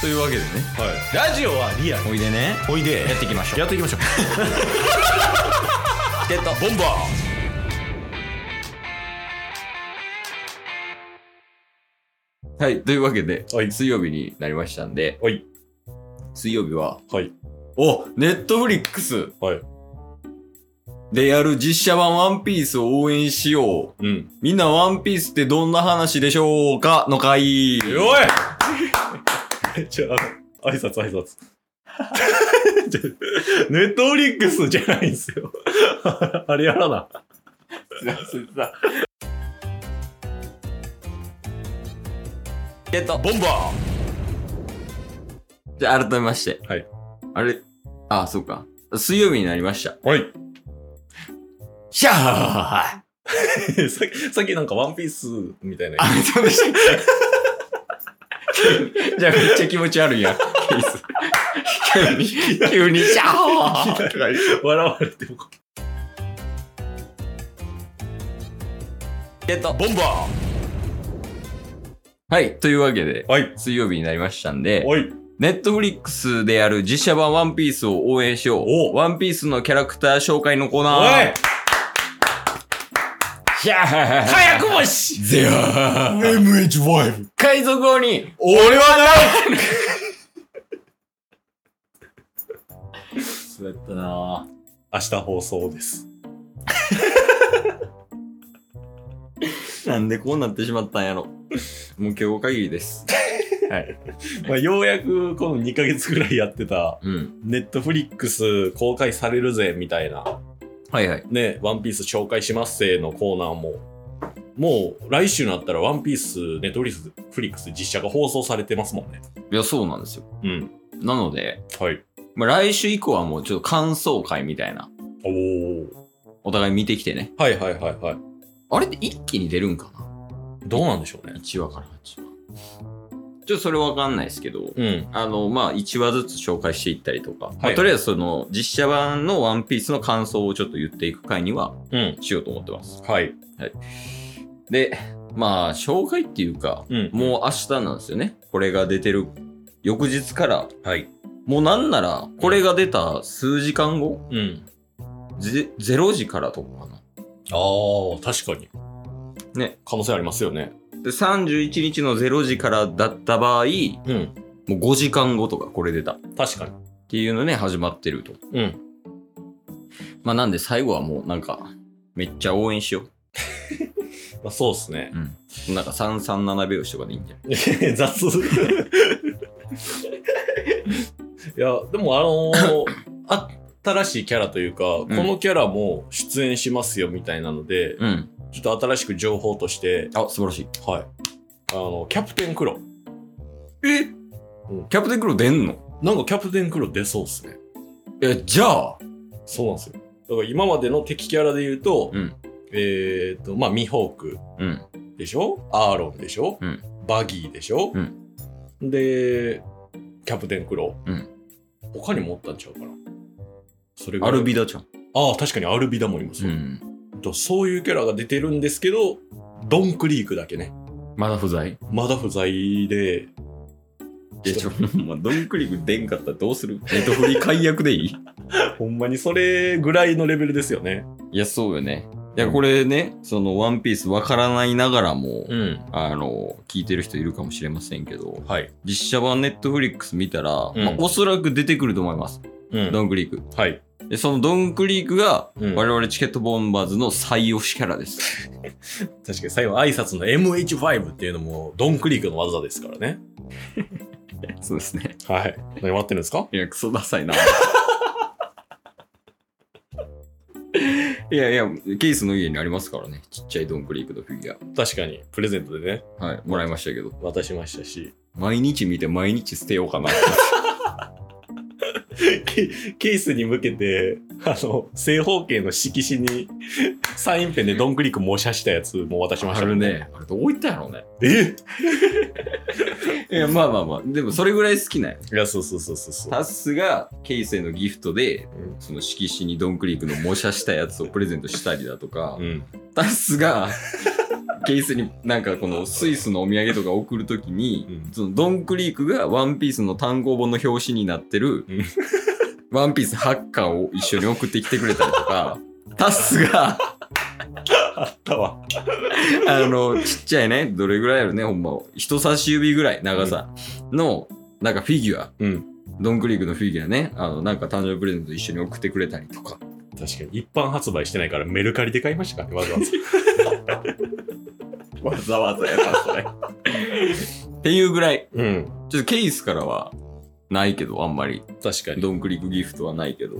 というわけでねラジオはリアルおいでねおいでやっていきましょうやっていきましょうゲットボンバーはい。というわけで、はい水曜日になりましたんで、はい水曜日は、はいおネットフリックスはいでやる実写版ワンピースを応援しよう。うんみんなワンピースってどんな話でしょうかの回。おいじゃあ、挨拶挨拶。 じゃあネットフリックスじゃないんですよ。 あれやらな。ゲットボンバじゃあ改めまして。はい。あれあそうか。水曜日になりました。ーはい。シャー さっき、さっきなんかワンピースみたいな。あ、そうでしたっけ じゃあめっちゃ気持ち悪いやん、ケース。急に、急に、シャー笑われても。ゲットボンバはい、というわけでー、はい。水曜日になりましたんで、おい。ネットフリックスでやる実写版ワンピースを応援しよう。おワンピースのキャラクター紹介のコーナー。おいシャー早くも しゼア !MH5! 海賊王に俺はないそうやったな明日放送です。なんでこうなってしまったんやろ。もう今日限りです。はい。まあ、ようやくこの2ヶ月ぐらいやってた、うん。ネットフリックス公開されるぜ、みたいな。はいはい。ね、ワンピース紹介しますせーのコーナーも、もう来週になったらワンピース、ネットフリックス実写が放送されてますもんね。いや、そうなんですよ。うん。なので、はい。まあ、来週以降はもうちょっと感想会みたいな。おー。お互い見てきてね。はいはいはいはい。あれって一気に出るんかなどうなんでしょうね。 ?1 話から8話。ちょっとそれわかんないですけど、うん。あの、まあ、1話ずつ紹介していったりとか、まはあ、いとりあえずその、実写版のワンピースの感想をちょっと言っていく回にはうん。しようと思ってます。はい。で、まあ、紹介っていうか、うん。もう明日なんですよね。これが出てる翌日から、はい。もうなんなら、これが出た数時間後、うん。ゼ0時からとかかな。あー、確かに。ね。可能性ありますよね。で、31日の0時からだった場合、うん。もう5時間後とかこれ出たっ確かに。ていうのね、始まってると。うん。まあなんで最後はもうなんか、めっちゃ応援しよう。まあ、そうですね。うん。なんか337拍子とかでいいんじゃない雑。いや、でもあのー新しいキャラというか、このキャラも出演しますよみたいなので、うん。ちょっと新しく情報として、あ、素晴らしい。はい。あの、キャプテンクロ。えうんキャプテンクロー出んのなんかキャプテンクロ出そうっすね。え、じゃあそうなんですよ。だから今までの敵キャラで言うと、うんえっ、と、まあ、ミホークうん。でしょアーロンでしょ、うんバギーでしょ、うで、キャプテンクロ。うん他にもおったんちゃうかな。それアルビダ。ダちゃん。ああ、確かにアルビダもいます、ん。とそういうキャラが出てるんですけど、ドンクリークだけね。まだ不在まだ不在で、え、ちょ、まあ、ドンクリク出んかったらどうす るネットフリ解約でいいほんまにそれぐらいのレベルですよね。いや、そうよね。いや、これね、その、ワンピースわからないながらも、うん。あの、聞いてる人いるかもしれませんけど、はい。実写版ネットフリックス見たら、うんまあ、おそらく出てくると思います。うんドンクリーク。はい。で、そのドンクリークが、うん我々チケットボンバーズの最推しキャラです。確かに最後挨拶の MH5 っていうのもドンクリークの技ですからね。そうですね。はい。何待ってるんですかいや、クソダサいな。いやいや、ケースの家にありますからね。ちっちゃいドンクリークのフィギュ確かにプレゼントでね、ア。はい、もらいましたけど。渡しましたし。毎日見て毎日捨てようかな。ケケースに向けて、あの、正方形の色紙にサインペンでドンクリーク模写したやつも渡しましあたれ。ね、あれどういったんやろうね。えいや、まあまあまあ、でもそれぐらい好きなんよいや、そうそうそうそうそう。タスがケイスへのギフトでうん、その色紙にドンクリークの模写したやつをプレゼントしたりだとかう、ん。タスがケースになんかこのスイスのお土産とか送るときに、うんそのドンクリークがワンピースの単行本の表紙になってる、うんワンピースハッカーを一緒に送ってきてくれたりとかタッスがあったわ。あのちっちゃいねどれぐらいやるねほんま人差し指ぐらい長さの、なんかフィギュアうん。ドンクリークのフィギュアねあのなんか誕生日プレゼント一緒に送ってくれたりとか確かに、一般発売してないからメルカリで買いましたからね、わざわ ざ。わざわざやなそれっていうぐらいうん。ちょっとケースからはないけどあんまり確かに。ドンクリクギフトはないけど。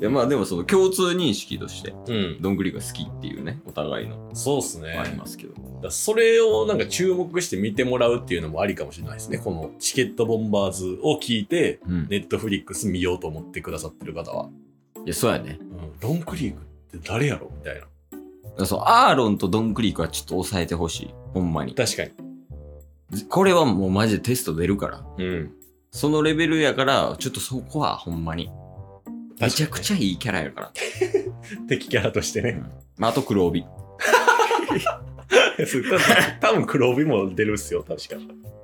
いやまあでもその共通認識として、うん。ドンクリクが好きっていうね、お互いのそうっすね。ありますけど。だからそれをなんか注目して見てもらうっていうのもありかもしれないですね。このチケットボンバーズを聞いて、うん。ネットフリックス見ようと思ってくださってる方は、いや、そうやねう。ん、ロンクリークって誰やろみたいな。そう、アーロンとドンクリクはちょっと抑えてほしい。ほんまに。確かに。これはもうマジでテスト出るから。うん。そのレベルやから、ちょっとそこはほんまに。めちゃくゃちゃいいキャラやから。敵キャラとして ね。まあ、あと黒帯。そう多分多分黒帯も出るっすよ、確か。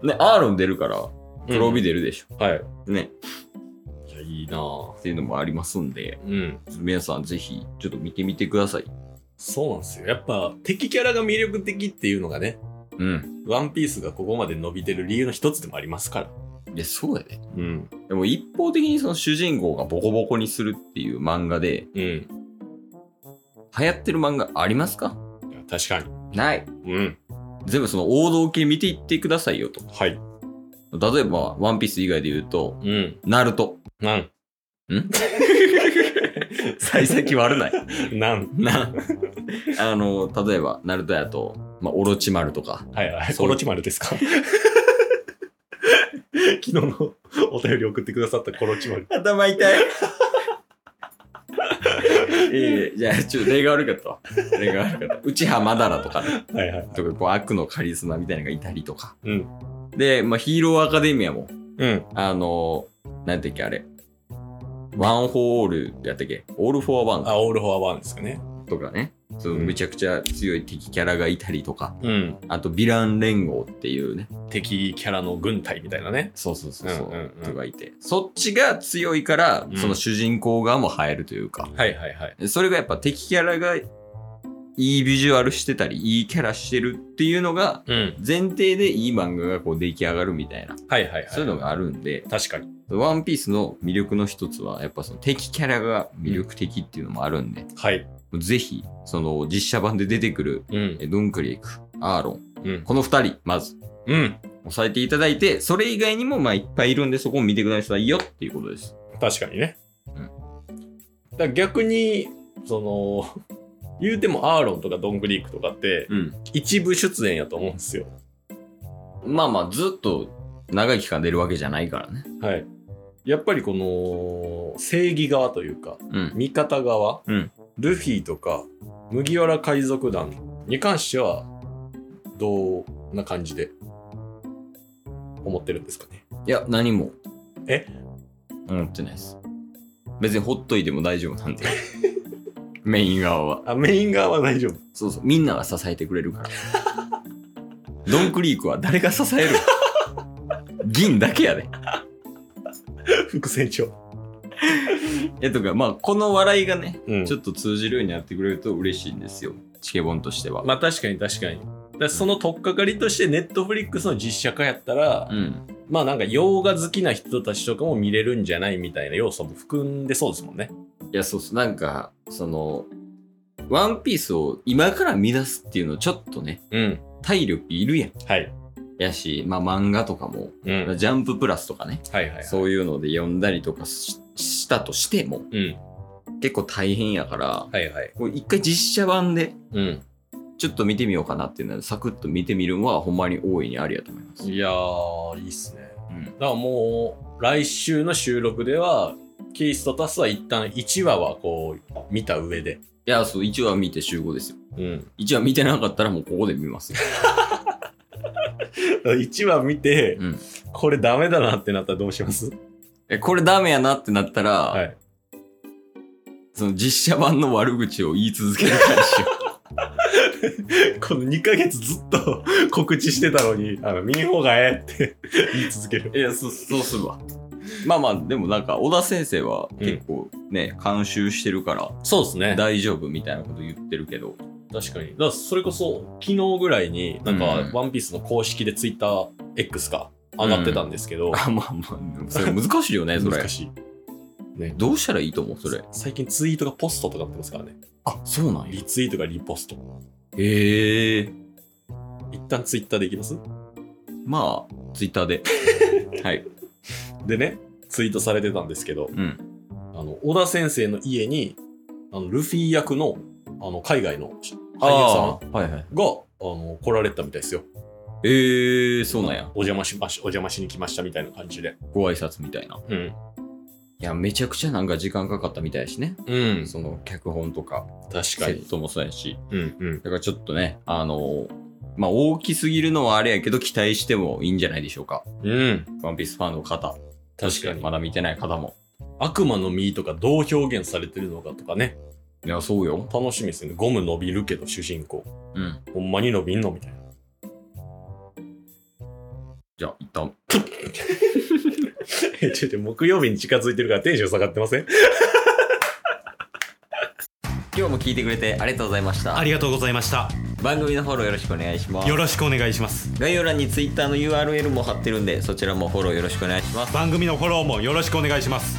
ね、アーロン出るから、黒帯出るでしょ。うん。はい。ね。いや、いいなぁ。っていうのもありますんで、うん。皆さんぜひ、ちょっと見てみてください。そうなんですよ。やっぱ敵キャラが魅力的っていうのがね、うん。ワンピースがここまで伸びてる理由の一つでもありますから。いや、そうやね。うん。でも一方的にその主人公がボコボコにするっていう漫画で、うん。流行ってる漫画ありますか確かに。ない。うん。全部その王道系見ていってくださいよと。はい。例えば、ワンピース以外で言うと、うん。ナル ト。 なん。幸先悪ない。なん。な、あの、例えば、ナルトやと、まあ、オロチマルとか。はいはい。そうコロチマル ですか昨日のお便り送ってくださったコロチマル。頭 痛い。ええじゃあ、ちょっと例が悪かったわ。例が悪かった。内葉まだらとかね、はいはい。とか、こう、悪のカリスマみたいなのがいたりとか。うん。で、まあ、ヒーローアカデミアも、うん。あのー、なんていうっけ、あれ。ワン・フォー・オールやったっけオール・フォー・ワンあ、オールフォアワンですかね。とかね。そううんめちゃくちゃ強い敵キャラがいたりとか、うん。あと、ヴィラン連合っていうね。敵キャラの軍隊みたいなね。そうそうそうそう、うんうんうんとかいて。そっちが強いからう、んその主人公側も映えるというか。はいはいはい。それがやっぱ敵キャラがいいビジュアルしてたり、いいキャラしてるっていうのが、うん。前提でいい漫画がこう出来上がるみたいな、はいはいはい。そういうのがあるんで、確かに。ワンピースの魅力の一つは、やっぱその敵キャラが魅力的っていうのもあるんで、はい。ぜひ、その実写版で出てくる、うん。えドンクリーク、アーロン、うん。この二人、まず、うん。押さえていただいて、それ以外にも、まあ、いっぱいいるんで、そこを見てくださいよっていうことです。確かにね。うんだから逆に、その、 言うてもアーロンとかドングリークとかって、うん。一部出演やと思うんですよ。まあまあ、ずっと長い期間出るわけじゃないからね。はい。やっぱりこの、正義側というか、うん。味方側、うんルフィとか麦わら海賊団に関してはどんな感じで思ってるんですかねいや、何も。え思ってないです。別にほっといても大丈夫なんで。メイン側は。あメイン側は大丈夫 そうそう、みんなが支えてくれるから。ドンクリークは誰が支え る銀だけやで。副船長えとか、まあ、この笑いがね、うんちょっと通じるようになってくれると嬉しいんですよ。チケボンとしては。まあ確かに確かにだからその取っかかりとしてネットフリックスの実写化やったら、うん。まあなんか洋画好きな人たちとかも見れるんじゃないみたいな要素も含んでそうですもんねいや、そうそう、なんか、その、ワンピースを今から見出すっていうのちょっとね、うん体力いるやん。はい、やし、まあ漫画とかも、うん、はいジャンププラスとかね、はいはいそういうので読んだりとかししたとしても、うん結構大変やから、はいはいこう一回実写版でうんちょっと見てみようかなっていうのは、サクッと見てみるのは、ほんまに大いにありやと思います。いやーいいっすねうん。だからもう来週の収録ではキースとタスは一旦1話はこう見た上で、いや、そう、1話見て集合ですよ。 うん、 1話見てなかったら、もうここで見ますよ。 1話見て、うんこれダメだなってなったらどうしますえ、これダメやなってなったら、はいその実写版の悪口を言い続けるからしよ この2ヶ月ずっと 告知してたのに、あの、見ん方がええって 言い続ける。いや、そ そうするわ。まあまあ、でもなんか、小田先生は結構ね、監修してるから、そうですね大丈夫みたいなこと言ってるけど、確かに。だからそれこそ、昨日ぐらいに、なんか、うんワンピースの公式でツイッター X か、上がってたんですけど、あ、 まあまあ、でもそれ難しいよね、それ難。しい。どうしたらいいと思う、それ。最近ツイートがポストとかなってますからね。あ、そうなんリツイートがリポスト。へえ。一旦ツイッターでいきますまあ、ツイッター で。はい。でね、ツイートされてたんですけど、うん。あの、小田先生の家に、あの、ルフィ役の、あの、海外の俳優さんああ、はいはい。が、あの、来られたみたいですよ。ええ、そうなんや。お邪魔しまし、お邪魔しに来ましたみたいな感じで。ご挨拶みたいな。いうん。や、めちゃくちゃなんか時間かかったみたいやしね。うん。その、脚本とか、確セかッに。トもそうやし。うんうん。だからちょっとね、あのまあ、大きすぎるのはあれやけど、期待してもいいんじゃないでしょうか。うん。ワンピースファンの方、確かに。まだ見てない方も。悪魔の実とかどう表現されてるのかとかね。いや、そうよ。楽しみですよね。ゴム伸びるけど、主人公。うん。ほんまに伸びんのみたいな。 じゃあ、一旦。え、ちょっと木曜日に近づいてるからテンション下がってません今日も聞いてくれてありがとうございましたあ。りがとうございました番組のフォローよろしくお願いしますよ。ろしくお願いします概要欄に Twitter の URL も貼ってるんで、そちらもフォローよろしくお願いします。番組のフォローもよろしくお願いします